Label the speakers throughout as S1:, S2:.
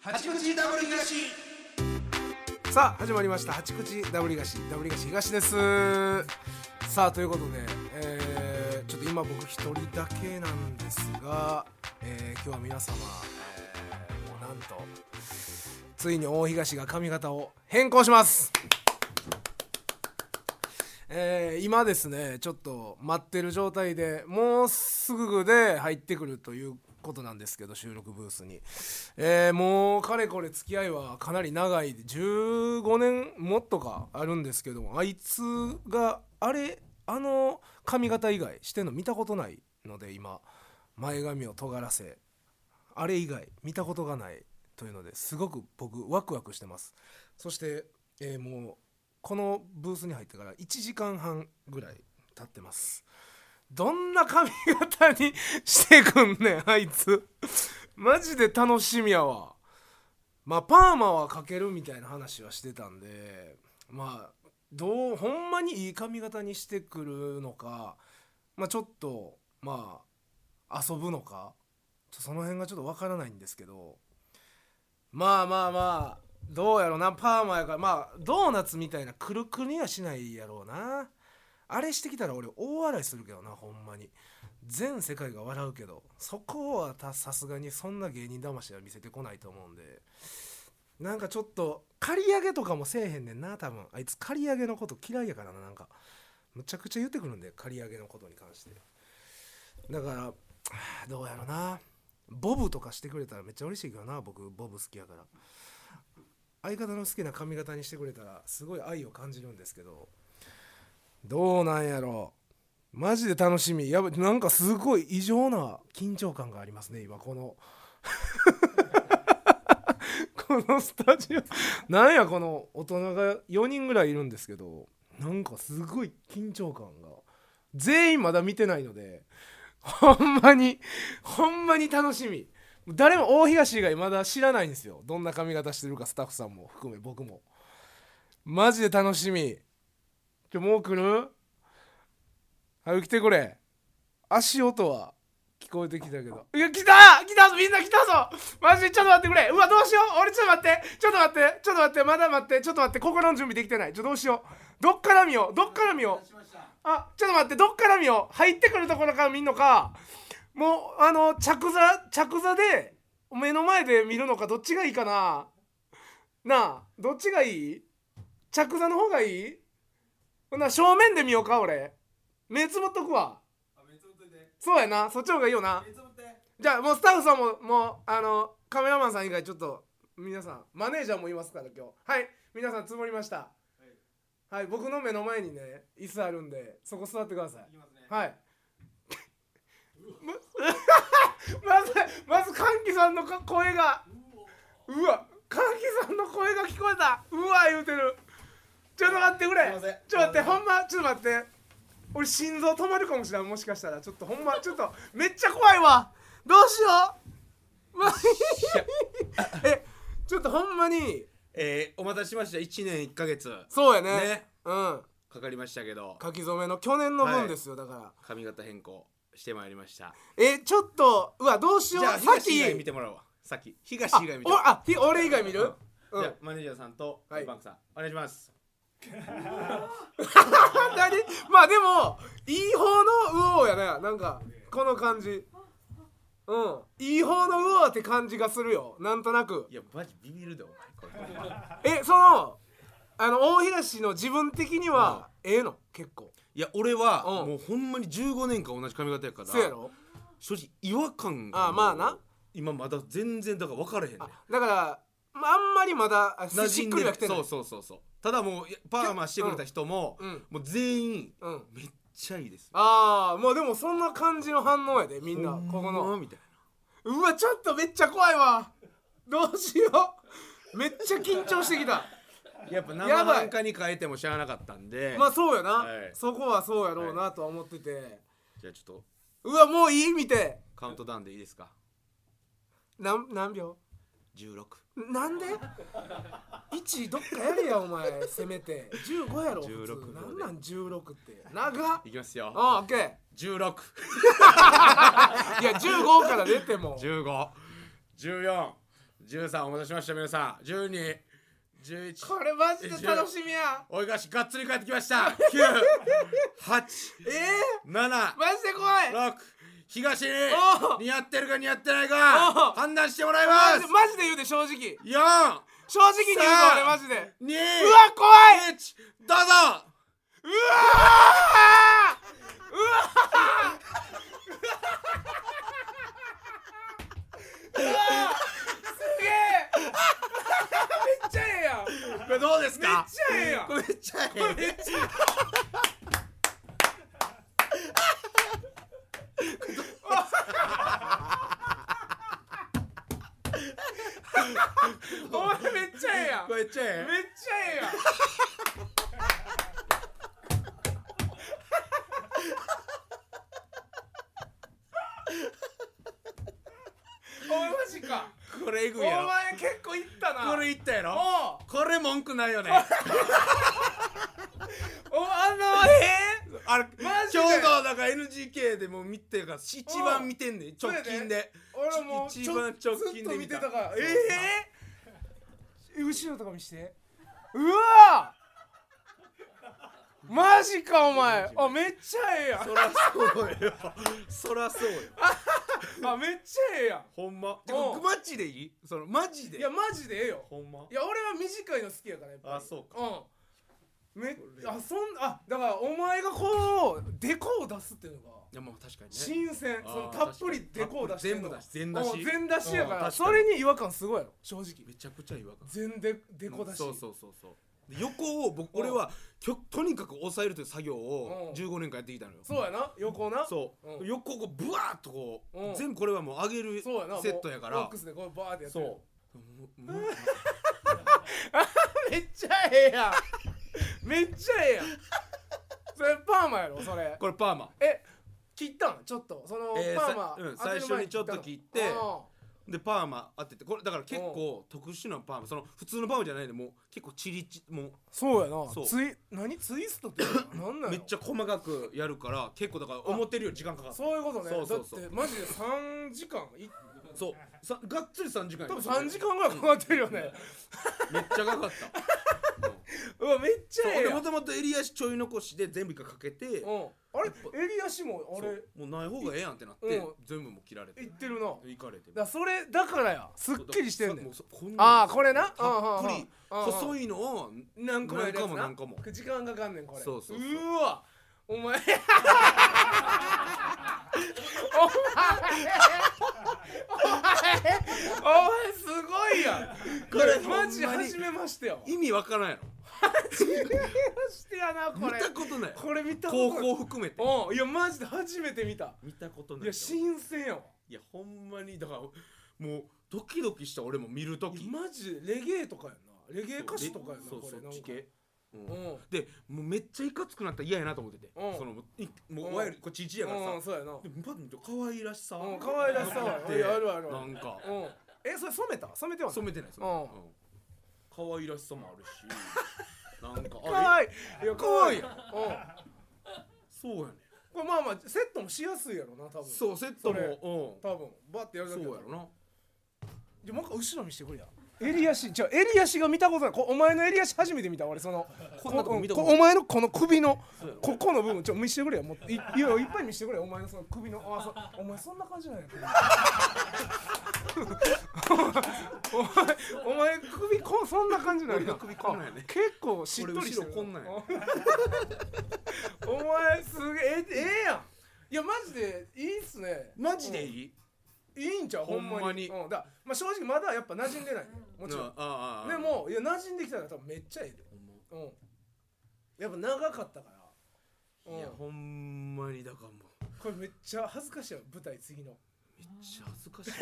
S1: 八口ダブル東
S2: さあ始まりました八口ダブリガシダブリガシ東ですさあということで、えーちょっと今僕一人だけなんですが、えー今日は皆様、えーもうなんとついに大東が髪型を変更しますえー今ですねちょっと待ってる状態でもうすぐで入ってくるということなんですけど収録ブースに、えーもうかれこれ付き合いはかなり長い15年もっとかあるんですけどもあいつがあれあの髪型以外してんの見たことないので今前髪を尖らせあれ以外見たことがないというのですごく僕ワクワクしてますそして、えーもうこのブースに入ってから1時間半ぐらい経ってますどんな髪型にしてくんねんあいつマジで楽しみやわまあパーマはかけるみたいな話はしてたんでまあどうほんまにいい髪型にしてくるのかまあちょっとまあ遊ぶのかちょその辺がちょっとわからないんですけどまあまあまあどうやろなパーマやからまあドーナツみたいなくるくるにはしないやろうなあれしてきたら俺大笑いするけどなほんまに全世界が笑うけどそこはたさすがにそんな芸人魂は見せてこないと思うんでなんかちょっと刈り上げとかもせえへんねんな多分あいつ刈り上げのこと嫌いやからななんかむちゃくちゃ言ってくるんで刈り上げのことに関してだからはあどうやろなボブとかしてくれたらめっちゃ嬉しいけどな僕ボブ好きやから相方の好きな髪型にしてくれたらすごい愛を感じるんですけどどうなんやろマジで楽しみやばいなんかすごい異常な緊張感がありますね今この このスタジオなんやこの大人が4人ぐらいいるんですけどなんかすごい緊張感が全員まだ見てないのでほんまにほんまに楽しみ誰も大東以外まだ知らないんですよどんな髪型してるかスタッフさんも含め僕もマジで楽しみ今日もう来る早く来てくれ足音は聞こえてきたけどいや来た来たぞみんな来たぞマジでちょっと待ってくれうわどうしよう俺ちょっと待ってちょっと待ってちょっと待ってまだ待ってちょっと待って心の準備できてないちょどうしようどっから見ようどっから見ようあちょっと待ってどっから見よう入ってくるところから見んのかもうあの着座着座で目の前で見るのかどっちがいいかななあどっちがいい着座の方がいいほな正面で見ようか俺目つぶっとくわそうやなそっちの方がいいよなじゃあもうスタッフさんももうあのカメラマンさん以外ちょっと皆さんマネージャーもいますから今日はい皆さんつもりましたはい、僕の目の前にね椅子あるんでそこ座ってくださいはいまずまず歓喜さんのか声がうわ歓喜さんの声が聞こえたうわ言うてるちょっと待ってくれ
S1: すいません
S2: ちょっと待って
S1: すいま
S2: ほんまちょっと待って俺心臓止まるかもしれないもしかしたらちょっとほんまちょっとめっちゃ怖いわどうしよう、まあ、 えちょっとほんまに
S1: えー、お待たせしました1年1か月
S2: そうやね
S1: ね
S2: うん
S1: かかりましたけど
S2: 書き初めの去年の分ですよ、だから
S1: 髪型変更してまいりました
S2: えちょっとうわどうし
S1: じ
S2: よ
S1: ゃあ
S2: うさっ
S1: 東
S2: き
S1: 以外見てもらうわさっき東
S2: あ
S1: 以外見て
S2: おあひ俺以外見る、
S1: う
S2: うんん
S1: じゃあマネージャーさんとバ
S2: はい
S1: ンクさんお願いします
S2: 何まあでもいい方のウオやななんかこの感じうんいい方のウオって感じがするよなんとなく
S1: いやマジビビるでお前これ
S2: えそのあの大東の自分的にはええの結構
S1: いや俺は、
S2: うん
S1: もうほんまに15年間同じ髪型やから
S2: そうやろ
S1: 正直違和感が
S2: あまあな
S1: 今まだ全然だから分からへんねん
S2: あだからまああんまりまだあ
S1: 馴
S2: し
S1: 染
S2: っ
S1: ん
S2: く
S1: で
S2: り
S1: な
S2: はいきてない
S1: そうそうそうそうただもういやパーマしてくれた人も、
S2: うんうん
S1: もう全員
S2: うん
S1: めっちゃいいです
S2: ああもうでもそんな感じの反応やでみんな
S1: ほんま
S2: ここの
S1: みたいな
S2: うわちょっとめっちゃ怖いわどうしようめっちゃ緊張してき た
S1: やっぱ生
S2: やばい
S1: 半可に変えても知らなかったんで
S2: まあそうやな、
S1: はい
S2: そこはそうやろうなとは思ってて、
S1: じゃあちょっと
S2: うわもういい見て
S1: カウントダウンでいいですか
S2: なん何秒
S1: 16
S2: なんで1どっかやれやお前せめて15やろ普
S1: 16
S2: 通なんなん16って長っ
S1: いきますよ
S2: あオッケー
S1: 16
S2: いや15から出ても
S1: 15 14 13お待たせしました皆さん1211
S2: これマジで楽しみや
S1: おいがしがっつり帰ってきました987
S2: えー、マジで怖いマ
S1: 六東に
S2: おう
S1: 似合ってるか似合ってない
S2: お
S1: か
S2: う
S1: 判断してもらいま
S2: ジ
S1: す
S2: でマジで言うで正直
S1: 四
S2: 正直に言うぞ
S1: さあ
S2: 俺マジでうわ
S1: 二
S2: 怖い
S1: 一どうぞ
S2: うわーうわーうわーうわーすげえめっちゃええやん
S1: これどうですか
S2: めっちゃええやん
S1: これめっちゃええめっちゃ
S2: お前めっちゃええやん
S1: こ
S2: め
S1: れめ
S2: っ
S1: っちゃええ
S2: ちゃええやんお前マジか
S1: これえ
S2: お
S1: ぐい
S2: 前
S1: やろ
S2: 結構いったな
S1: これいったやろ
S2: おう
S1: これ文句ないよね
S2: お前あんなええ
S1: あれ
S2: マジで
S1: 今日のだから NGK でも見てるから一番見てんねん直近で
S2: 俺もう
S1: 一番直
S2: ず
S1: 近で見た
S2: っと見てたから
S1: そう
S2: ええ後ろとか見してうわマジかお前あめっちゃええやん
S1: そらそうよそらそうよ
S2: あめっちゃええやん
S1: ほんまて
S2: おう
S1: かマジでいいそのマジで
S2: いやマジでええよ
S1: ほんま
S2: いや俺は短いの好きやからやっぱり
S1: あそうか
S2: うんめ
S1: これ
S2: あそんあだからお前がこうデコを出すっていうのが
S1: いやもう確かにね
S2: 新鮮
S1: あー
S2: そのたっぷりデコを出してるのが
S1: 全部出し全出し
S2: うん全出しや
S1: うん確
S2: か
S1: からに
S2: それに違和感すごいやろ正直
S1: めちゃくちゃ違和感
S2: 全デデコ出し
S1: そうそうそうそうで横を僕俺はきょとにかく抑えるという作業
S2: う
S1: を
S2: ん
S1: 15年間やってきたのよ
S2: そうやな横な
S1: そう、
S2: うん
S1: 横をこうブワーッとこう、
S2: うん
S1: 全部これはもう上げる
S2: そうやな
S1: セットやか
S2: もうボ
S1: ら
S2: ックスでこうバーってやってる
S1: そうもう もう
S2: めっちゃええやんめっちゃええやんそれパーマやろそれ
S1: これパーマ
S2: え切ったんちょっとそのパ
S1: えー
S2: ー
S1: さ
S2: マ
S1: うん
S2: 当てる前
S1: 最初にちょっと
S2: たの
S1: 切って
S2: うん
S1: でパーマ当ててこれだから結構特殊なパーマその普通のパーマじゃないでもう結構チリチも
S2: そうやな
S1: そう
S2: ツイ何ツイストって何な
S1: うんめ
S2: や
S1: っ
S2: ろ
S1: ちゃ細かくやるから結構だから思ってるより時間かかる
S2: そういうことね
S1: そうそうそう
S2: だってマジで3時間 い
S1: そうさがっつり3時間や
S2: 多分3時間ぐらいかかってるよね
S1: めっちゃかかった、 うん
S2: うわめっちゃええ
S1: 俺
S2: やん
S1: もともと襟足ちょい残しで全部一回かけて、
S2: うんあれ襟足もあ
S1: そ
S2: れ
S1: うもうない方がええやんってなって、
S2: うん
S1: 全部もう切られて
S2: いってるなだか
S1: いかれて
S2: らそれだからやすっきりしてんねん
S1: もうそこんな
S2: ああこれな
S1: たっぷり細
S2: い
S1: いのを
S2: 何個もやるやつな
S1: 何個も何個
S2: 時間かかんねんこれ
S1: そうそうそう
S2: うわお前お前お前すごいやんこれ
S1: これ
S2: マジ
S1: ほんまに
S2: 初めましてよ
S1: 意味わからんやろ
S2: 初めましてやな
S1: 見
S2: これ
S1: たことない
S2: これ見た
S1: 高
S2: こと
S1: 校含めて
S2: 校うんいやマジで初めて見た
S1: 見たことない
S2: いや新鮮やわ
S1: いやほんまにだからもうドキドキした俺も見ると
S2: い
S1: き
S2: やマジレゲエとかやんなレゲエ歌手とかやんな
S1: そう
S2: こ
S1: そ
S2: れ
S1: う
S2: なん
S1: 地
S2: か
S1: 形うん
S2: うん
S1: でもうめっちゃいかつくなったら嫌やなと思ってて
S2: うん
S1: そのいも
S2: う
S1: うんいわゆるこっち1やからさ
S2: うんそうやな
S1: でもパッと見ると可愛らしさ
S2: うん可愛らしさ
S1: あって
S2: いやあるあるあ
S1: な
S2: る
S1: んか
S2: うんえそれ染めた染めてはない
S1: 染めてない染めてないうん可愛らしさもあるし なんか
S2: か
S1: あ
S2: わ
S1: え
S2: いいいやか
S1: 可
S2: わ
S1: 愛
S2: いい
S1: い
S2: やんうん
S1: そうやね
S2: これまあまあセットもしやすいやろな多分
S1: そうセットも
S2: 多分バッてや
S1: う
S2: る
S1: ん
S2: だ
S1: そう
S2: け
S1: や
S2: や
S1: ろな
S2: じゃあもう一回後ろ見してくれや襟足じゃあ襟足が見たことないこお前の襟足初めて見た俺その
S1: こんなとこ見たこと
S2: う
S1: なんい
S2: お前のこの首の
S1: そうやろ
S2: ここの部分ちょ見してくれよもういいやいっぱい見してくれよお前のその首のあそお前そんな感じなんやお前お前首こそんな感じなん
S1: 俺
S2: や
S1: の首こんなんやね
S2: 結構しっとりして
S1: 俺後
S2: る
S1: ろこんなんや
S2: お前すげええええやんいやマジでいいっすね
S1: マジでいい
S2: いいんちゃうほんまに
S1: ほんまに
S2: うん、だまあ正直まだやっぱ馴染んでないもちろん
S1: ああああ
S2: でもいや馴染んできたら多分めっちゃええで
S1: ほんま
S2: うんやっぱ長かったから、うん
S1: いやほんまにだからもう
S2: これめっちゃ恥ずかしいよ舞台次の
S1: めっちゃ恥ずかしい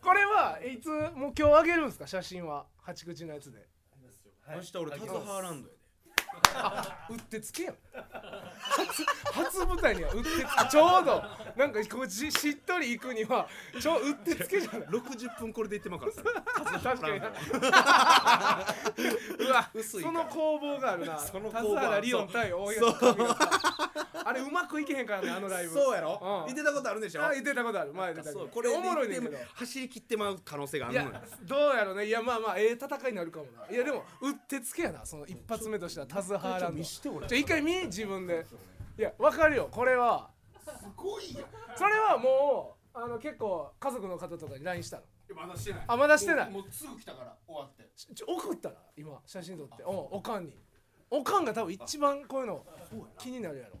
S2: これはいつもう今日あげるんですか写真は八口のやつで
S1: 明日俺タズハーランドやで
S2: あうってつけやん初初舞台にはうってつけちょうどなんかこうじしっとり行くにはちょううってつけじゃない
S1: 60分これでいってまうからさ
S2: 確かになうわ
S1: 薄いか
S2: そ
S1: ら
S2: の攻防がある な
S1: その攻防
S2: 田原リオン対大東の神があれうまくいけへんからねあのライブ
S1: そうやろ、
S2: うん
S1: 言ってたことあるでしょ
S2: あ言ってたことある前出たけど
S1: そうこれで
S2: おもろいね
S1: 言
S2: ん
S1: っ
S2: け
S1: て
S2: ど
S1: も走り切ってまう可能性があ
S2: い
S1: るの
S2: や
S1: よ
S2: どうやろねいやまあまあええ戦いになるかもないやでもうってつけやなその一発目としてはタズハーランドちょ一回見自分でいやわかるよこれはすごいやそれはもうあの結構家族の方とかに LINE したの
S3: まだしてない
S2: あまだしてない
S3: もうもうすぐ来たから終わって
S2: ちょ送ったら今写真撮ってうんおかんにおかんが多分一番こういうの気になるやろ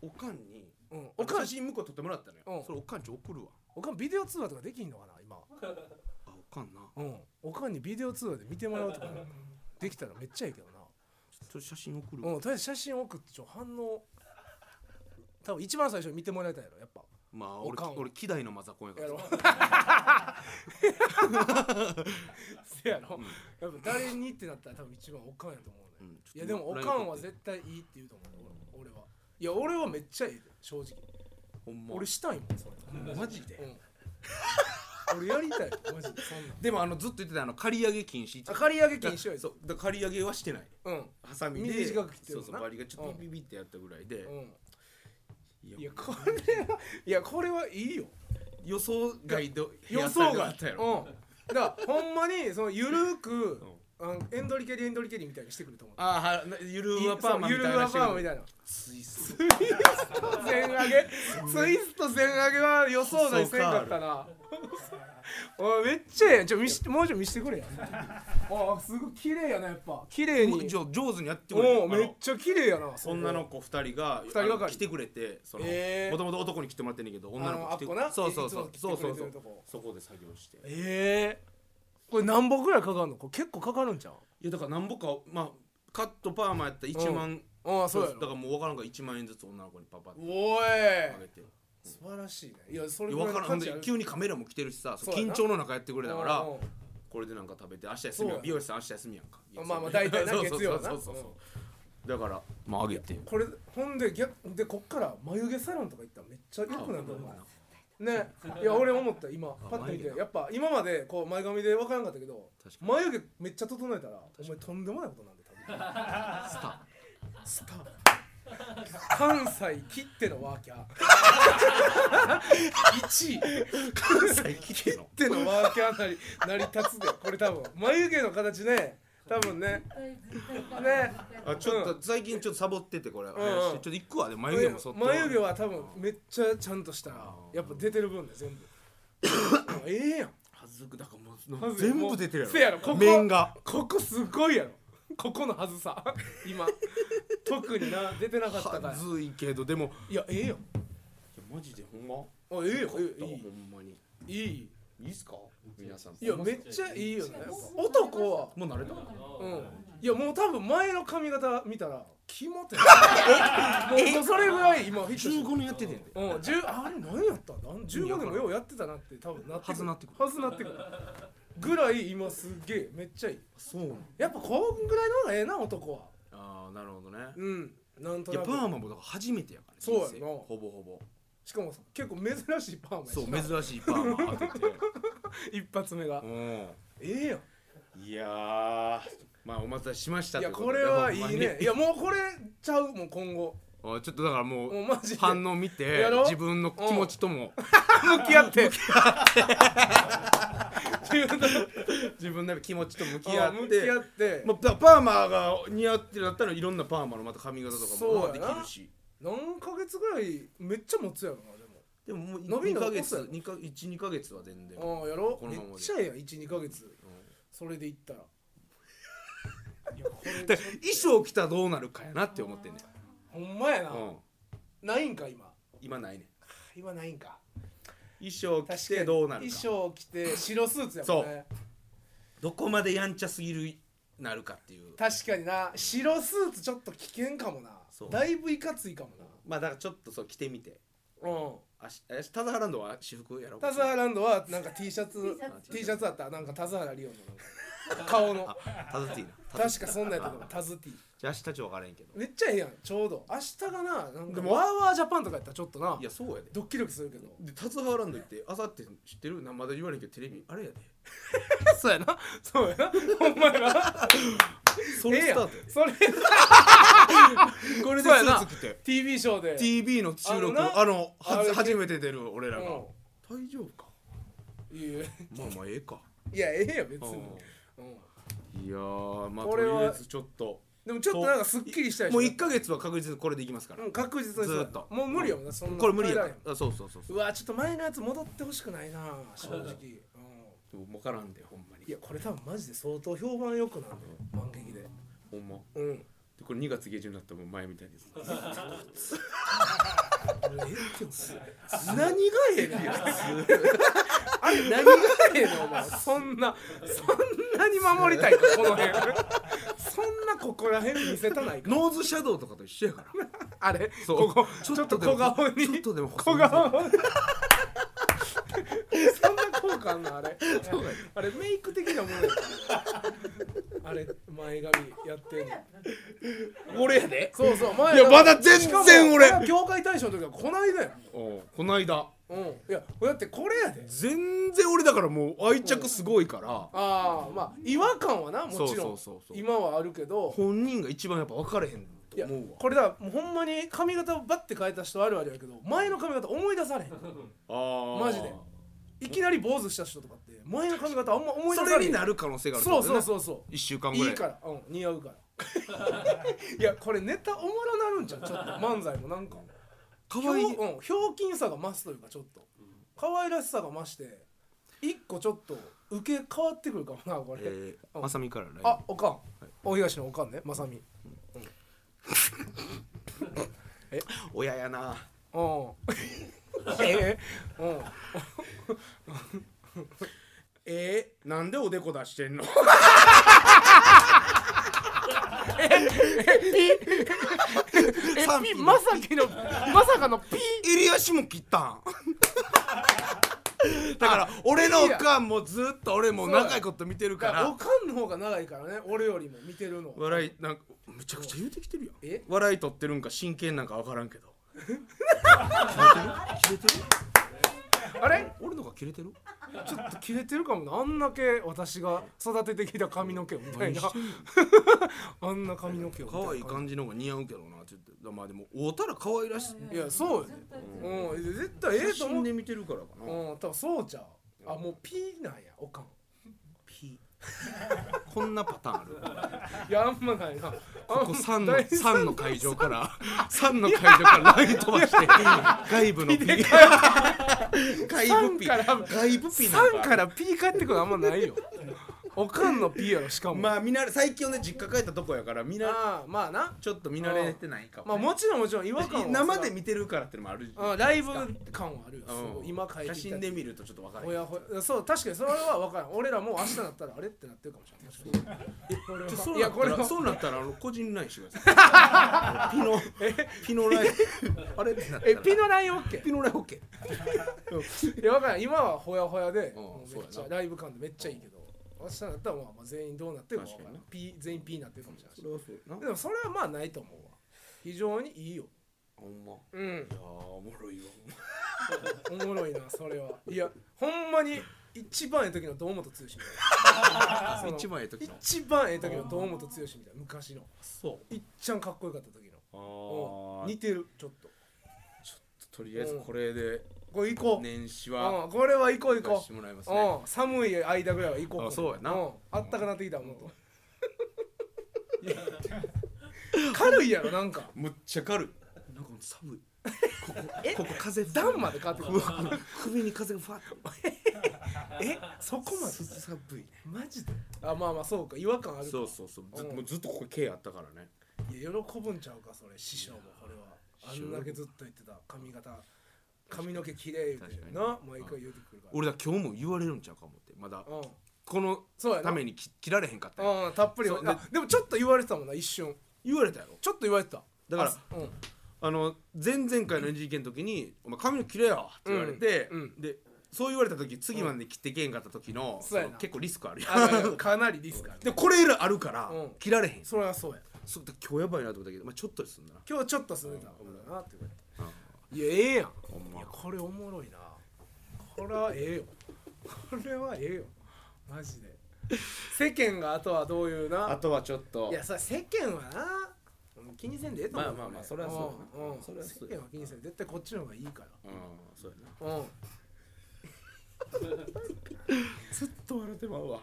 S1: おかんに
S2: うんうんお
S1: お
S2: か
S1: か
S2: ん
S1: ん写真向こう撮ってもらったのよ、
S2: うん
S1: それおかんち送るわ
S2: おかんビデオ通話とかできんのかな今
S1: あおかんな
S2: うんおかんにビデオ通話で見てもらうとかできたらめっちゃいいけどな
S1: ちょっと写真送るわ、
S2: うん、とりあえず写真送ってちょ反応多分一番最初に見てもらいたいやろやっぱ
S1: まあ
S2: お
S1: 俺
S2: かんは
S1: 俺希代のマザコンやか
S2: や
S1: ら
S2: ろ せやろ、やっぱ誰にってなったら多分一番おかんやと思う
S1: う
S2: ね、
S1: んちょっと
S2: いやでもおかんは絶対いいって言うと思うね俺俺はいや俺はめっちゃいいで正直
S1: ほんま
S2: 俺したいもんそれ、
S1: マジで、
S2: うん、俺やりたいマジでそんなん
S1: でもあのずっと言ってたあの借り上げ禁止って
S2: あ借り上げ禁止は
S1: そうだから借り上げはしてない
S2: うん
S1: ハサミで
S2: 短く切ってる
S1: そ
S2: も
S1: うんそ
S2: な
S1: うバリがちょっと
S2: うん
S1: ビビビってやったぐらいで、
S2: うん
S1: いや
S2: いやこれはいやこれはいいよ
S1: 予想外で
S2: 予想
S1: 部屋されてなか
S2: 外
S1: ったやろ、
S2: うん、だからほんまにそのゆるく、あのエンドリケリエンドリケリみたいにしてくると思う
S1: ああゆるふわパーマみ
S2: ゆ
S1: たい
S2: る
S1: な
S2: ふわパーマみ
S1: い
S2: たいな
S1: スイス
S2: ツイスト全上げツイスト全上げは予想外せんかったなおいめっちゃええやんちょ見してもうちょい見してくれやあすごい綺麗やなやっぱ綺麗に
S1: 上上手にやってくれ
S2: お
S1: て
S2: うめっちゃ綺麗やなそこ
S1: 女の子二人が
S2: 二人がかり
S1: あの来てくれてその
S2: えー
S1: もともと男に来てもらってんねんけど女の子来て
S2: あのあっこな
S1: そうそうそ
S2: いうつ
S1: そ
S2: も
S1: う
S2: 来てく
S1: そうそ
S2: れてる
S1: う
S2: とこ
S1: そこで作業して
S2: ええこれ何本ぐらいかかんのこれ結構かかるんちゃう
S1: いやだからなんぼかまあカットパーマやったら1万
S2: ああそうや
S1: だか
S2: ろ
S1: らもう分からんから1万円ずつ女の子にパパって
S2: おい
S1: あげてい
S2: 素晴らしいねいやそれ
S1: や
S2: ぐ
S1: 分
S2: らい
S1: か
S2: の
S1: ら
S2: 価
S1: ん
S2: 値あ
S1: で
S2: る
S1: 急にカメラも来てるしさそう
S2: そ
S1: 緊
S2: うやな
S1: 張の中やってくれたから
S2: うんうん
S1: これでなんか食べて明日休み
S2: そう
S1: は
S2: や
S1: 美容師さん明日休みやんかいや
S2: まあまあ
S1: そう
S2: 大体な
S1: そうそう
S2: 月曜はな
S1: そうそうそうだからまああげて
S2: これほんで逆でこっから眉毛サロンとか行ったらめっちゃ良くなると思うねいや俺思った今パッと見て
S1: 眉毛
S2: やっぱ今までこう前髪で分からんかったけど
S1: 確かに
S2: 眉毛めっちゃ整えたらお前とんでもないことなんで多分
S1: スター
S2: スター関西切ってのワーキャー1位
S1: 関西来てんの
S2: ってのワーキャーなり成り立つでこれ多分眉毛の形ね多分ねね
S1: あちょっと最近ちょっとサボっててこれ、林ちょっと行くわで眉毛も剃って
S2: 眉毛は多分めっちゃちゃんとしたらやっぱ出てる分ね全部ええやん
S1: はずくだからもう
S2: はずい
S1: 全部出てるやろ
S2: せやろここ
S1: 面が
S2: ここすごいやろここのはずさ 今特にな出てなかったから
S1: はずいけどでも
S2: いやええやん
S1: いやマジでほんま
S2: あええよえ
S1: いい
S2: え
S1: ほんまに
S2: いいい
S1: いいっすか皆さん
S2: いいやめっちゃいいよねやっぱ男は
S1: もう慣れた
S2: うんいやもう多分前の髪型見たらキモってなるもうもうそれぐらい今フィットしてる
S1: 15年やっててんで
S2: うん、10あれ何やったんだ15年もようやってたなって多分なって
S1: はずなってく
S2: るはずなってくるぐらい今すげえめっちゃいい
S1: そうなの
S2: やっぱこんぐらいの方がええな男は
S1: ああなるほどね
S2: うんなんと
S1: いや
S2: なく
S1: パーマもだから初めてやからね
S2: そうやな
S1: 人生ほぼほぼ
S2: しかも結構珍しいパーマやし
S1: そう珍しいパーマ当てて
S2: 一発目 が
S1: うん
S2: ええやん
S1: いやーまあお待たせしました
S2: い
S1: と
S2: や
S1: う
S2: こと
S1: で
S2: れはい
S1: ほんま
S2: い
S1: に
S2: ねいやもうこれちゃうもう今後
S1: あちょっとだからもう
S2: もうマジで
S1: 反応見て
S2: やろ
S1: 自分の気持ちとも
S2: 向き合 って自分の
S1: 自分の気持ちと向き合
S2: あ
S1: って
S2: 向き合って、
S1: まあ、だからパーマが似合ってるだったらいろんなパーマのまた髪型とか
S2: そう
S1: も
S2: や
S1: で
S2: な
S1: きるし
S2: 何ヶ月ぐらいめっちゃ持つやろなでも
S1: でももう
S2: 伸びん
S1: 2
S2: の
S1: ヶ
S2: 遅い
S1: 月二か12ヶ月は全然
S2: ああやろ
S1: この
S2: めっ
S1: ままで
S2: ちゃええやん12ヶ月、それでいったらいやこ
S1: で
S2: れ
S1: 衣装着たらどうなるかやなって思ってんねん
S2: ほんまやな、
S1: うん
S2: ないんか今
S1: 今ないねん
S2: 今ないんか
S1: 衣装着てどうなる
S2: 衣
S1: か
S2: 装着て白スーツやもんね
S1: どこまでやんちゃすぎるなるかっていう
S2: 確かにな白スーツちょっと危険かもな
S1: そう
S2: だいぶいかついかも
S1: まあだからちょっとそう着てみて
S2: なうん
S1: あしあし田沢ランドは私服やろう
S2: 田沢ランドはなんか T シャツ
S1: シャツ
S2: T シャツあったなんか田沢リオンのなんか顔の
S1: タズティーなタズ
S2: 確かそんなんやったと思うタズティ
S1: じゃあ明日ちょっと分からへんけど
S2: めっちゃええやんちょうど明日がななんか
S1: でも
S2: ワーワージャパンとかやったらちょっとない
S1: やそうやで
S2: ドッキドキするけど
S1: でタズハーランド行ってあさって知ってるなまだ言われんけどテレビあれやで
S2: そうやなそうやなほんまやな
S1: ソロ
S2: ええ
S1: ス
S2: や
S1: ター
S2: ん
S1: トや
S2: それ
S1: でこれでス
S2: そうやな
S1: ーツ着て
S2: TV ショーで
S1: TV の収録
S2: あのな
S1: あのは
S2: あれ
S1: 初めて出る俺らが
S2: う
S1: 大丈夫か
S2: んいやいや
S1: まあまあええか
S2: いやええやん別
S1: う
S2: に
S1: ん
S2: うん
S1: いやーまあ
S2: ことれ
S1: り
S2: は
S1: あえずちょっと
S2: でもちょっとなんかすっきりしたい
S1: もう1か月は確実にこれでいきますから
S2: うん確実にそう
S1: ずーっと
S2: もう無理よなそんな
S1: これ無理や
S2: 帰られへん
S1: からあそうそうそうそう
S2: うわちょっと前のやつ戻ってほしくないな正直、うん
S1: でも分からんでほんまに
S2: いやこれ多分マジで相当評判良くなるの満劇で
S1: ほんま
S2: うん
S1: でこれ2月下旬になったらもう前みたいです
S2: 何がええねん あれ何がええのお前そんなそんなに守りたいかこの 辺そんなここら辺見せたないか
S1: ノーズシャドウとかと一緒やから
S2: あれ
S1: そう
S2: ここち
S1: ち
S2: ょ
S1: ょ
S2: っ
S1: っ
S2: と
S1: と
S2: 小顔に
S1: ちょっとでも
S2: 小顔にそんな効果あんのあれあれメイク的なものやからあれ前髪やってんの
S1: 俺やで
S2: そうそう前
S1: いやまだ全然
S2: しかも
S1: 俺
S2: 前業界大賞の時はこないだよ
S1: おうこの間
S2: うんいやだってこれやで
S1: 全然俺だからもう愛着すごいから
S2: ああまあ違和感はなもちろん
S1: そうそうそうそう
S2: 今はあるけど
S1: 本人が一番やっぱ分かれへん
S2: い
S1: と
S2: や
S1: 思うわ
S2: これだもうほんまに髪型をバッて変えた人あるあるやけど前の髪型思い出されへん
S1: あー
S2: マジでいきなり坊主した人とかって前の髪型あんま思い出
S1: そ
S2: されへ
S1: れ
S2: ん
S1: になる可能性がある
S2: そうそう
S1: う
S2: そうそ
S1: 1週間
S2: う
S1: ぐら
S2: い
S1: い
S2: いからうん似合うから いやこれネタおもろなるんじゃんちょっと 漫才もなんか
S1: か
S2: ひょう
S1: わいい
S2: うん、ひょうきんさが増すというかちょっと可愛らしさが増して一個ちょっと受け変わってくるかもなこれ、
S1: え
S2: う
S1: ー
S2: ん
S1: まさみから
S2: あ
S1: LINE
S2: おかん、大東のおかんねまさみ
S1: 親やな
S2: うんええ うん
S1: えー、なんでおでこ出してんの賛否
S2: ピ
S1: の
S2: まさきのまさかのピー
S1: 襟足も切ったんだから俺のおかんもずっと俺も長いこと見てるか
S2: お
S1: ら
S2: かんの方が長いからね俺よりも見てるの
S1: 笑いなんかめちゃくちゃ言うてきてるや
S2: え
S1: ん笑い取ってるんか真剣なんか分からんけど
S2: あれ
S1: 俺のが切れてる
S2: ちょっと切れてるかもなあんだけ私が育ててきた髪の毛をみたいな あんな髪の毛をみた
S1: 可愛い感じの方が似合うけどなって言ってまあでも会うたら可愛らしい
S2: いやそうよねうん絶対ええ
S1: 写
S2: と思
S1: 真
S2: う
S1: で見てるからかな
S2: うん多分そうちゃうあもうピーなんやおかん
S1: ピこんなパターンある
S2: いやあんま ないな
S1: ここ3の
S2: 大
S1: 3の会場から3の会場からライン飛ばして外部のピー外部ピ
S2: 三から
S1: ー外部ピーなん
S2: 3からピー帰ってくるのあんまない よおかんのピーやろしかも、
S1: まあ見慣れ最近はね実家帰ったとこやから見慣れ
S2: ああまあな
S1: ちょっと見慣れてないか
S2: まあ
S1: も、ね
S2: もちろんもちろん違和感は
S1: 生で見てるからってのもある
S2: うんライブ感はあるよ、す
S1: う
S2: ご
S1: ん
S2: い今帰っ
S1: 写
S2: てきた
S1: 真で見るとちょっと分から
S2: ほ
S1: ない
S2: やほやそう確かにそれは分からん俺らもう明日なったらあれってなってるかもしれない
S1: ちょ
S2: そ
S1: そうう
S2: いや
S1: な
S2: これ
S1: った
S2: は
S1: らそうなったらあの個人ラインしてください ピノピノライン あれってなったら
S2: えピのラインオッケ
S1: ピノライン OK
S2: ーいや分からん今はほやほやで、
S1: うん
S2: もうめっち
S1: そう
S2: ゃ
S1: や
S2: ライブ感でめっちゃいいけど明日なったらまあまあ全員どうなってるか分からん
S1: 確
S2: ピー全員ピーになってるかもしれないし
S1: れはそうや
S2: でもそれはまあないと思うわ非常にいいよ
S1: ほんまい
S2: うん
S1: やーおもろいわ
S2: おもろいなそれはいやほんまに一番ええ時の堂本剛 みたいな
S1: 一番ええ時の
S2: 一番ええ時の堂本剛みたいな昔の
S1: そう
S2: いっちゃんかっこよかった時の
S1: あー
S2: うん似てるちょっと
S1: とりあえずこれで
S2: これ行こう
S1: 年始
S2: う
S1: は
S2: んこれは行こう
S1: 行
S2: 行こ
S1: してもらいます
S2: う
S1: ね
S2: うん寒い間ぐらいは行こう
S1: あそうやなん
S2: あったかなってきたもんと 軽いやろなんか
S1: むっちゃ軽いなんかもう寒いここここ風ふわ
S2: 段まで変わってくる
S1: 首に風がふわっ
S2: えそこまで
S1: 涼寒い
S2: マジであまあまあそうか違和感あるか
S1: そうそうそうず
S2: うん
S1: もうずっとここ毛あったからね
S2: いや喜ぶんちゃうかそれ師匠もこれはあ
S1: 師匠
S2: んだけずっと言ってた髪型髪の毛綺麗言う
S1: 確か
S2: て
S1: に
S2: な毎回言うてくるから
S1: 俺だ今日も言われるんちゃうかもってまだ
S2: うん
S1: この
S2: そうやな
S1: ためにき切られへんかったよ
S2: うんたっぷりは
S1: そう
S2: あでもちょっと言われてたもんな一瞬
S1: 言われたやろ
S2: ちょっと言われてた
S1: だから
S2: あうん
S1: あの前々回の NGK の時に「お前髪の切れよ」って言われて
S2: うんうん
S1: でそう言われた時次までに切ってけんかった時の、
S2: そうやな
S1: その結構リスクあるやん
S2: あ のかなりリスクあ る
S1: でこれよりあるから、
S2: うん
S1: 切られへん
S2: それはそうや
S1: そだ今日やばいなと思ったけど、まあ、ちょっとですんだな
S2: 今日ちょっとすねたもんだなってこといやええやんいやこれおもろいなこれはええよこれはええよマジで世間があとはどういうな
S1: とはちょっと
S2: いやさ世間はな気にせんでええと思う
S1: まあまあまあそれはそうやなそ
S2: ん
S1: れ
S2: うん
S1: はそう
S2: 世
S1: や
S2: 間は気にせん絶対こっちの方がいいから
S1: うんそうやな
S2: うん
S1: ずっと笑ってまうわ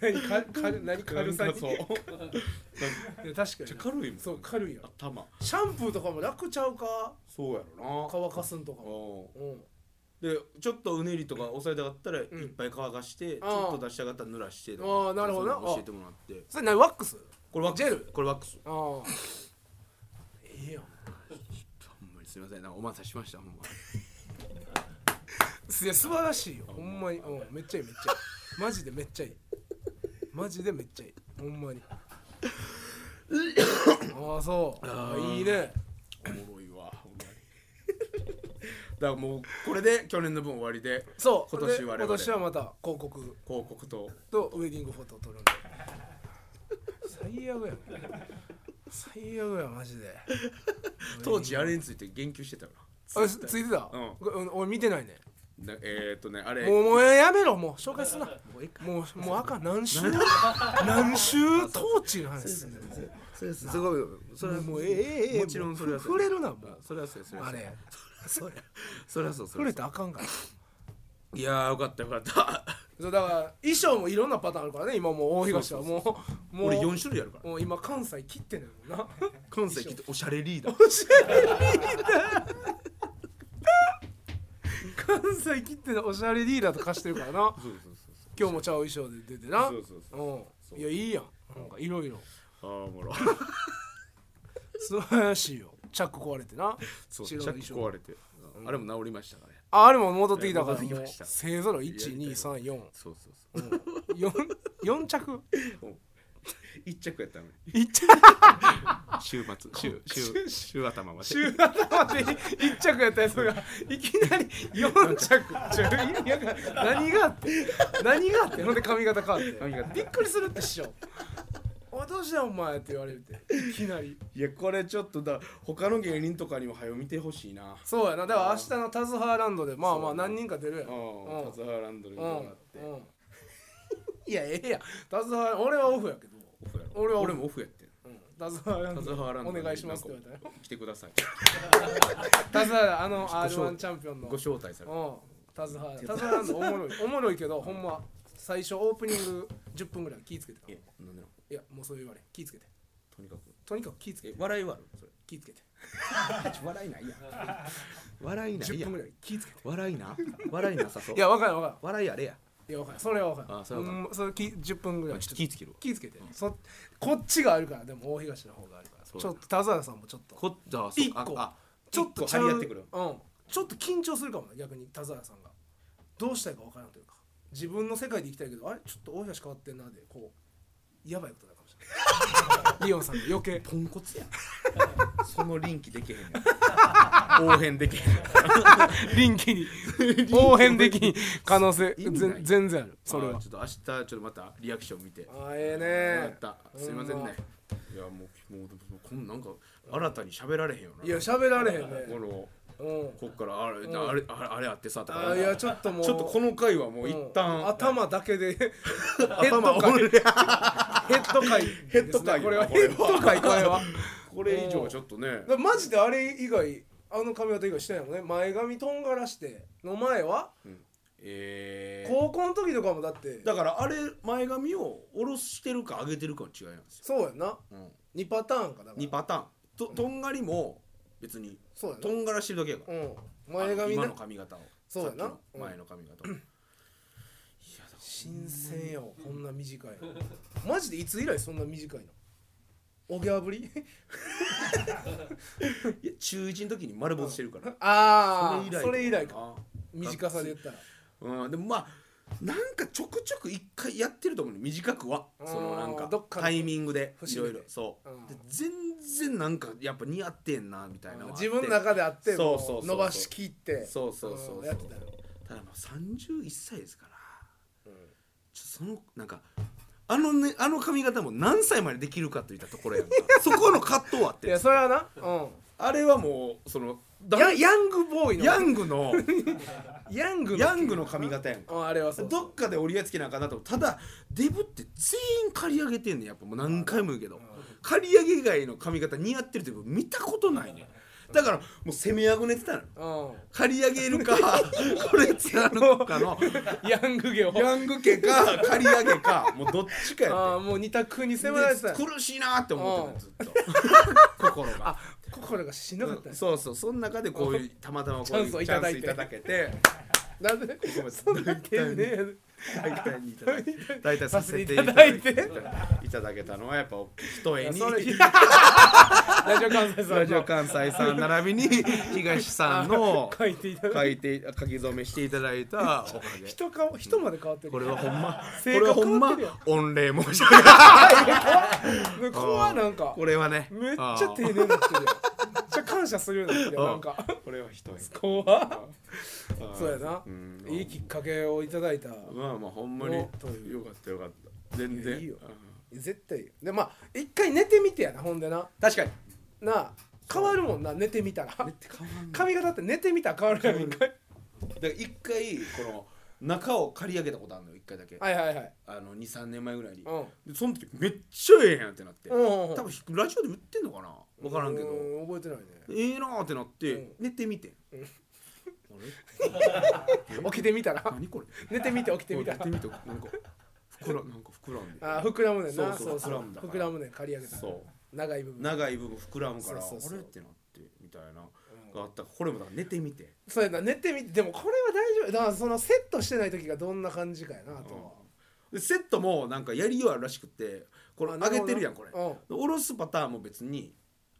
S2: 何かか何軽さに
S1: そう
S2: いや確かに
S1: ちょ
S2: な
S1: 軽いもん
S2: そう軽いやん
S1: 頭
S2: シャンプーとかも楽ちゃうか
S1: そうやろな
S2: 乾かすんとかも
S1: うん
S2: うん
S1: でちょっとうねりとか抑えたかったらいっ
S2: ん
S1: ぱい乾かして、ち
S2: あー
S1: ょっと出したかったら濡らしてとか
S2: あーなるほどな
S1: そういうの教えてもらって
S2: それ何ワックス
S1: これワックス
S2: ジェル
S1: これワックス
S2: ああええやん
S1: ほんまにすみませんなんかお待たせしましたほんま
S2: いや素晴らしいよほんまにうんめっちゃいいめっちゃいいマジでめっちゃいいマジでめっちゃいいほんまにああそう
S1: あ
S2: あ
S1: ー
S2: いいね
S1: おもろいわほんまに だからもうこれで去年の分終わりで
S2: そう
S1: 今年
S2: で
S1: 我々
S2: 今年はまた広告
S1: 広告と
S2: とウェディングフォトを撮るんで最悪やん最悪やマジで
S1: 当時あれについて言及してたか
S2: あつついてた、
S1: うん
S2: ごうん、俺見てないね
S1: らなえー、っとねあれ
S2: もうもうやめろもう紹介すなもうもう赤何周 何周統治の話すんねん
S1: それすごいそれは
S2: もうええええええ
S1: もちろんそれは
S2: 触れるなも
S1: あ
S2: う
S1: それはそうやそれは
S2: あ
S1: そうや
S2: れ
S1: そ
S2: それ
S1: れはそうそ
S2: 触
S1: れ
S2: れ
S1: は
S2: たらあかんから
S1: そういやーよかったよかった
S2: そうだから衣装もいろんなパターンあるからね今もう大東はもうもう
S1: 俺4種類やるから
S2: もう今関西切ってないもんな
S1: 関西来ておしゃれリーダー
S2: おしゃれリーダー関西切ってないおしゃれリーダーと貸してるからな
S1: そうそうそうそう
S2: 今日もちゃう衣装で出てな
S1: そうそう
S2: うんいやいいやんなんかいろいろ
S1: ああおもろ
S2: 素晴らしいよチャック壊れてな
S1: そうチ
S2: 白
S1: ャ
S2: の
S1: ック
S2: 衣装
S1: 壊れてあれも治りましたからね
S2: ああれも戻ってきたから
S1: 戻ってき
S2: もう
S1: ました
S2: 勢ぞろい1234
S1: そうそうそう
S2: 四四着
S1: 一着やったのに
S2: 一着
S1: 週末週
S2: 週
S1: 週週頭まで
S2: 週頭で一着やったやつがいきなり四着ちょ意味わかんない何があって何があってほんで髪型変わって
S1: 髪型
S2: びっくりするって師匠おいどうしたんお前って言われるっていきなり
S1: いやこれちょっとだ他の芸人とかにも早見てほしいな
S2: そうやなだから明日のタズハーランドでまあま
S1: そ
S2: あ
S1: うやな
S2: 何人か出るやん
S1: うん
S2: うん
S1: 田沢ランドルに
S2: うん
S1: もらって
S2: うんいやええやんタズハー俺はオフやけど
S1: オフやろ
S2: 俺は
S1: 俺もオフやってん
S2: うんタズハーラン
S1: 田
S2: ド
S1: 沢ランドル
S2: お願いしますって言われた
S1: な
S2: ら
S1: んか来てください
S2: タズハラあの
S1: ご
S2: R1
S1: 招
S2: チャンピオンの
S1: ご招待されて
S2: うんタズハラタズハランドおもろいおもろいけどほんま最初オープニング10分ぐらい気ぃつけて
S1: いやなんでなん
S2: いやもうそう言われ気ぃつけて
S1: とにかく
S2: とにかく気ぃつけ
S1: え
S2: て
S1: 笑いはあるそれ
S2: 気ぃつけて
S1: 笑いないや 笑いない
S2: 10
S1: や
S2: 分ぐらい気ぃつけて
S1: 笑いな笑いなさそう
S2: いやわかるわか
S1: 笑いあれや
S2: るいやわかるそれはわかる
S1: あそれはわか
S2: うんそれ気10分ぐらい
S1: ちょっと気ぃつけるわ
S2: 気ぃつけてそこっちがあるからでも大東の方があるから
S1: そう
S2: ちょっと田沢さんもちょっと
S1: こっあそう
S2: 一個
S1: ああ
S2: ちょっと
S1: 一個張り合ってくる
S2: ちゃううんちょっと緊張するかもな逆に田沢さんがどうしたいかわからんというか自分の世界で生きたいけどあれちょっと大東変わってんなでこうやばいことだかもしれ ないリオンさんの余計
S1: ポンコ ツやんその臨機できへん やん応変できへん
S2: 臨機に応変できん可能性
S1: 意味ない
S2: ぜん全然あるそれ
S1: あ
S2: は
S1: ーちょっと明日ちょっとまたリアクション見て
S2: あーえ
S1: よ
S2: えね
S1: かったすいません
S2: ほ
S1: ねいやもうもうこんなんか新たに喋られへんよない
S2: や喋られへん
S1: こ
S2: ね
S1: の
S2: うん
S1: こっからあれあれあれあれあってさと
S2: あ
S1: か
S2: ーいやちょっともう
S1: ちょっとこの回はもう
S2: うん
S1: 一旦
S2: 頭だけ でヘッ
S1: 頭
S2: ド
S1: を
S2: 回ヘッド回
S1: ヘッド回
S2: ですねこれは
S1: これ
S2: ヘ
S1: は
S2: ッド回これは
S1: これ以上はちょっとね
S2: だからマジであれ以外あの髪型以外してないもんね前髪とんがらしての前は
S1: えー
S2: 高校の時とかもだって
S1: だからあれ前髪を下ろしてるか上げてるかの違いなんですよ
S2: そうやんな
S1: うん
S2: 2パターンかだから
S1: 2パターンととんがりも別に
S2: そう
S1: と
S2: や
S1: んがらしてるだけやから
S2: なうん前髪
S1: 今
S2: な
S1: の髪型を
S2: そうやな
S1: さっきの前の髪型を、いやだか
S2: 新鮮よこんな短いのマジでいつ以来そんな短いのおぎゃぶり
S1: らいや中1の時に丸坊主してるから
S2: ああそれ以来か
S1: か
S2: 短さで言ったら
S1: うんでもまあなんかちょくちょく一回やってると思うね短くは
S2: うん
S1: そのなんか
S2: どっかの
S1: タイミングでい
S2: 節目
S1: ろ
S2: で
S1: いろそう、
S2: うん
S1: で全然なんかやっぱ似合ってんなみたいなはあって
S2: 自分の中であって
S1: そう
S2: も
S1: そうそう
S2: う
S1: そう
S2: 伸ばしきって
S1: そうそうそうそう
S2: やってたよ
S1: ただもう31歳ですから、ちょっとそのなんかあのねあの髪型も何歳までできるかといったところやんか そこの葛藤はあっ
S2: い
S1: て
S2: やそれはな、う
S1: あれはもうその
S2: ん、ヤヤングボーイの
S1: ヤングの
S2: ヤングの
S1: ヤングの髪型やんか
S2: うんあれはそう
S1: どっかで折り合いつけなあかんなと思うただデブって全員刈り上げてんねんやっぱもう何回も言うけど刈り上げ以外の髪型似合ってるって見たことないねんだからもう攻めあぐねてたの
S2: う
S1: 刈り上げるかこれ貫くか の
S2: ん、 ヤングゲを
S1: ヤング家か刈り上げかもうどっちかや
S2: ああもう二択に
S1: って
S2: 迫られてた
S1: で苦しいなって思ってたのずっと 心が
S2: あ心がしんどかった
S1: うん
S2: ね、
S1: そうそうその中でこういうたまたまこういう
S2: チャンスをいただいて
S1: チャンスいただけて
S2: なんで
S1: ごめん
S2: そんな丁寧やで
S1: 大体にいただいて大体させてい
S2: さ
S1: た
S2: せ
S1: だ
S2: て
S1: い
S2: いただ
S1: て
S2: い
S1: いただけたのはやっぱ一重
S2: いや
S1: に
S2: それラジオ関西さんの
S1: ラジオ関西さん並びに東さんの
S2: 書いていただ
S1: 書
S2: いて
S1: いて書き初めしていただいたおかげ
S2: 人顔人まで変わってる
S1: これはほんまこ
S2: 性
S1: れ
S2: 格
S1: はほんま
S2: 変わ
S1: 御礼申し上げます
S2: ここはなんか
S1: これはね
S2: めっち
S1: あ
S2: ゃ
S1: ー
S2: 丁寧になってるやんめっちゃ感謝するようになってるやんなんか
S1: これは一重
S2: 怖っ
S1: あー
S2: そうやな、
S1: ん
S2: いいきっかけをいただいた
S1: まあまあほんまによかったよかった全
S2: いや
S1: 然
S2: いいよ
S1: うん
S2: 絶対いいよでまあ一回寝てみてやなほんでな
S1: 確かに
S2: なあ変わるもんな寝てみたら
S1: 変わんない
S2: 髪型って寝てみたら変わるやん一
S1: だ
S2: 回
S1: から一回この中を刈り上げたことあるのよ一回だけ
S2: はいはいはい
S1: あの23年前ぐらいに
S2: うん
S1: でその時めっちゃええやんってなって
S2: う
S1: 多
S2: んうんうん
S1: 分ラジオで売ってんのかな分からんけど
S2: う覚えてないね
S1: ええなーってなって
S2: う
S1: 寝てみてあれ
S2: 起きてみた ら
S1: 何これ
S2: 寝てみて起きてみた
S1: 寝
S2: ら
S1: てみてなんか膨らなんか膨らんで
S2: あー膨らむねんな
S1: そうそう膨らむんだから
S2: 膨らむねん刈り上げたら
S1: そう
S2: 長い部分
S1: 長い部分膨らむから
S2: そうそうそう
S1: あれってなってみたいながあったからこれもだから寝てみて
S2: そうやな寝てみてでもこれは大丈夫だからそのセットしてない時がどんな感じかやなあとは
S1: でセットもなんかやりようあるらしくてこれ
S2: あ
S1: 上げてるやん
S2: な
S1: こ
S2: る
S1: れ
S2: ほどな
S1: 下ろすパターンも別に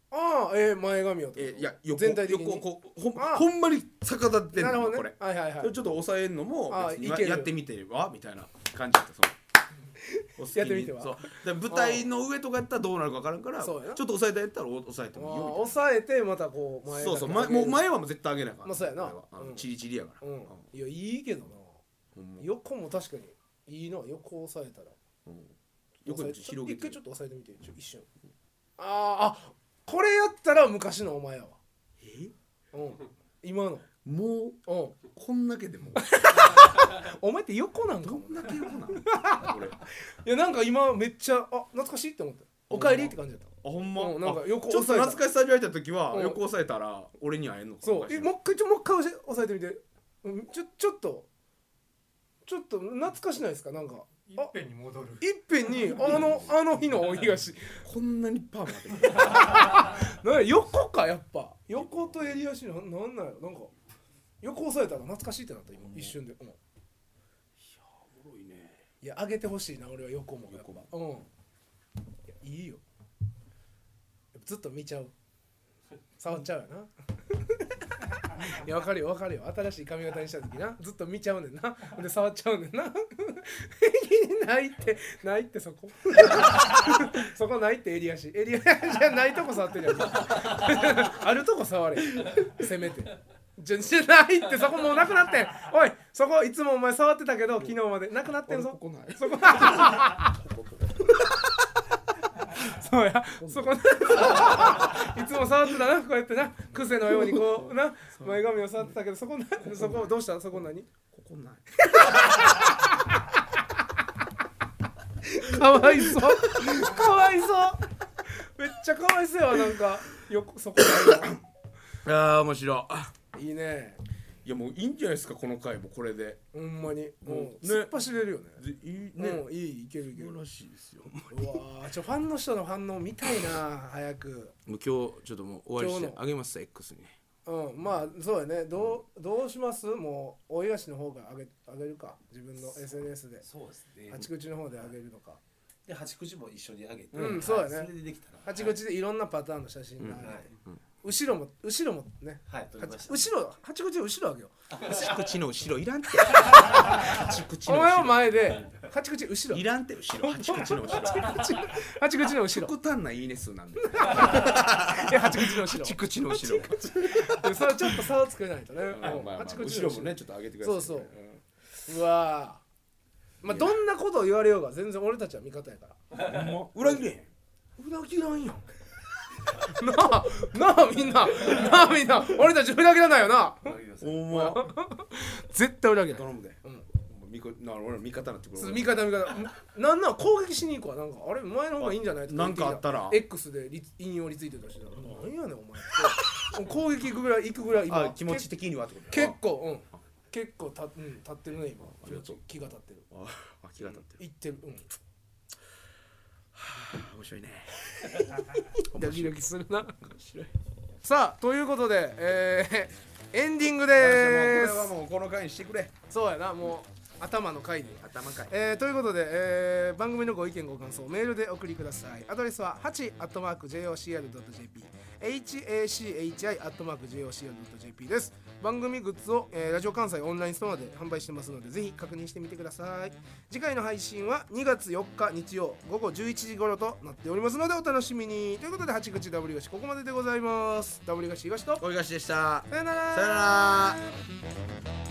S2: ああえー前髪をって
S1: え
S2: こと
S1: いや横
S2: 全体的に
S1: 横こうほん
S2: あ
S1: ほんまに逆立ってん
S2: なる
S1: の
S2: ほ
S1: よ
S2: ど
S1: こ
S2: ね
S1: れ
S2: はいはいはい
S1: でちょっと抑えんのも
S2: あ
S1: 別に
S2: いける
S1: やってみてはみたいな感じだったそうお好きに
S2: やってみては
S1: そうで舞台の上とかやったらどうなるか分からんからち
S2: そ
S1: ょ
S2: うやな
S1: っと抑えたやったら抑えて
S2: あ
S1: もいいよみたい
S2: ー
S1: な
S2: 抑えてまたこう前
S1: そうそう、
S2: だ
S1: ま、
S2: け上げ
S1: も
S2: る
S1: う前はもう絶対あげないから、
S2: まあそうやな
S1: れはあの
S2: うん
S1: チリチリやから、
S2: うんいやいいけどな
S1: ほんま
S2: 横も確かにいいな横押さえたら
S1: うん横にちょっと広げ
S2: 一回
S1: て
S2: ちょっと押さえてみてちょ一瞬あーあこれやったら昔のお前やわ
S1: え
S2: うん今の
S1: もう
S2: うん
S1: こんだけでも
S2: お前って横なんか
S1: ど
S2: も
S1: んだけよなの俺あ
S2: いやなんか今めっちゃあ懐かしいって思ったおかえりって感じだった
S1: ほん
S2: うんなんか
S1: あ
S2: 横
S1: ちょっと
S2: 押さえた
S1: 懐かしさ味わえた時は
S2: うん
S1: 横押さえたら俺に会えんのか
S2: そう
S1: 昔
S2: え
S1: の
S2: もう一回ちょもう一回押せ押さえてみてうんちょちょっとちょっと懐かしないですかなんか
S3: いっぺんに戻る。
S2: いっぺんにあのあの日の大東
S1: こんなにパーマ当てる
S2: なんや横かやっぱ横と襟足のなんなんやろなんか横押さえたら懐かしいってなった今一瞬で、うん、
S1: おもろいね
S2: いや上げてほしいな俺は横もやっぱ
S1: 横も
S2: うんいやいいよやっぱずっと見ちゃう触っちゃう よないやわかるよわかるよ新しい髪型にした時なずっと見ちゃうねんなほんで触っちゃうねんな ないってないってそこ そこないって襟足襟足じゃないとこ触ってるやん あるとこ触れせめてじゃじゃないってそこもうなくなってんおいそこいつもお前触ってたけど昨日までなくなってん
S1: 俺
S2: ぞ
S1: ここない
S2: そこそうやそこいつも触ってたなこうやってな癖のようにこうな前髪を触ってたけどそこなそこどうしたそこ何
S1: ここない
S2: かわいそうかわいそうめっちゃかわいそうやわなんかよそこ何
S1: あー面白いあ
S2: いいね
S1: いやもういいんじゃないですかこの回もこれで
S2: ほんまにもう
S1: ね
S2: 突っ走れるよね
S1: でいい
S2: ね
S1: ね
S2: もういいいけるいけ
S1: 素
S2: る
S1: 晴らしいですよも
S2: うわーちょファンの人の反応見たいな早く
S1: う今日ちょっともう終わりし
S2: 今
S1: て
S2: 日の
S1: あげますさ X に
S2: うんまあそうやねどうどうしますもう大東の方が上げ上げるか自分の SNS で
S3: そうですね。
S2: 八口の方で上げるのか
S3: で八口も一緒にあげて、
S2: うんそうだね
S3: はいそれでできたら。
S2: 八口でいろんなパターンの写真が、
S3: はい。はい
S2: 後ろも後ろもね
S3: はい、取りま
S2: 八
S3: した。
S2: 後ろ八口の後ろ上げよう
S1: 口の後ろいらんって口
S2: お前は前で八口後ろ
S1: いらんって後ろ八口の後ろ
S2: 八口の後ろ
S1: 極端ないいね数なんで
S2: いや八口の後ろ
S1: 八口の後ろ
S2: でそれはちょっと差をつけないとね
S1: まあまあまあ
S2: うん八口
S1: 後
S2: の
S1: ろもねちょっと上げてくださいね
S2: そうそううわーまあどんなことを言われようが全然俺たちは味方やから
S1: うんほんま裏切れへん裏切らんやん
S2: なあなあみんななあみんな俺たち裏切らないよな
S1: お前
S2: 絶対裏切らない
S1: 頼むで
S2: うん
S1: お前味方な俺ら味方なってく
S2: そう
S1: る
S2: 味方味方なんなら攻撃しに行くわなんかあれ前の方がいいんじゃないと
S1: なんかあったら
S2: X でリツ引用リツイート出してたなんやねんお前って攻撃行くぐらい行くぐらい今
S1: あ気持ち的にはってこと
S2: け結構うん結構た、うん、立ってるね
S1: あり
S2: 今
S1: がとう
S2: 気が立ってる
S1: ああ気が立ってる
S2: 行ってるうん
S1: あ 面白いね
S2: ドキドキするなさあということで、え ー、エンディングでー
S1: これは
S2: す
S1: もうこの回にしてくれ
S2: そうやなもう頭の回で
S1: 頭かい
S2: えー、ということで、えー、番組のご意見ご感想メールでお送りくださいアドレスは 8-jocr.jp hachi-jocr.jp です番組グッズを、えーラジオ関西オンラインストアで販売してますのでぜひ確認してみてください次回の配信は2月4日日曜午後11時頃となっておりますのでお楽しみにということで八口 W しここまででございます W し東と
S1: おいがしでした
S2: さよなら
S1: さよなら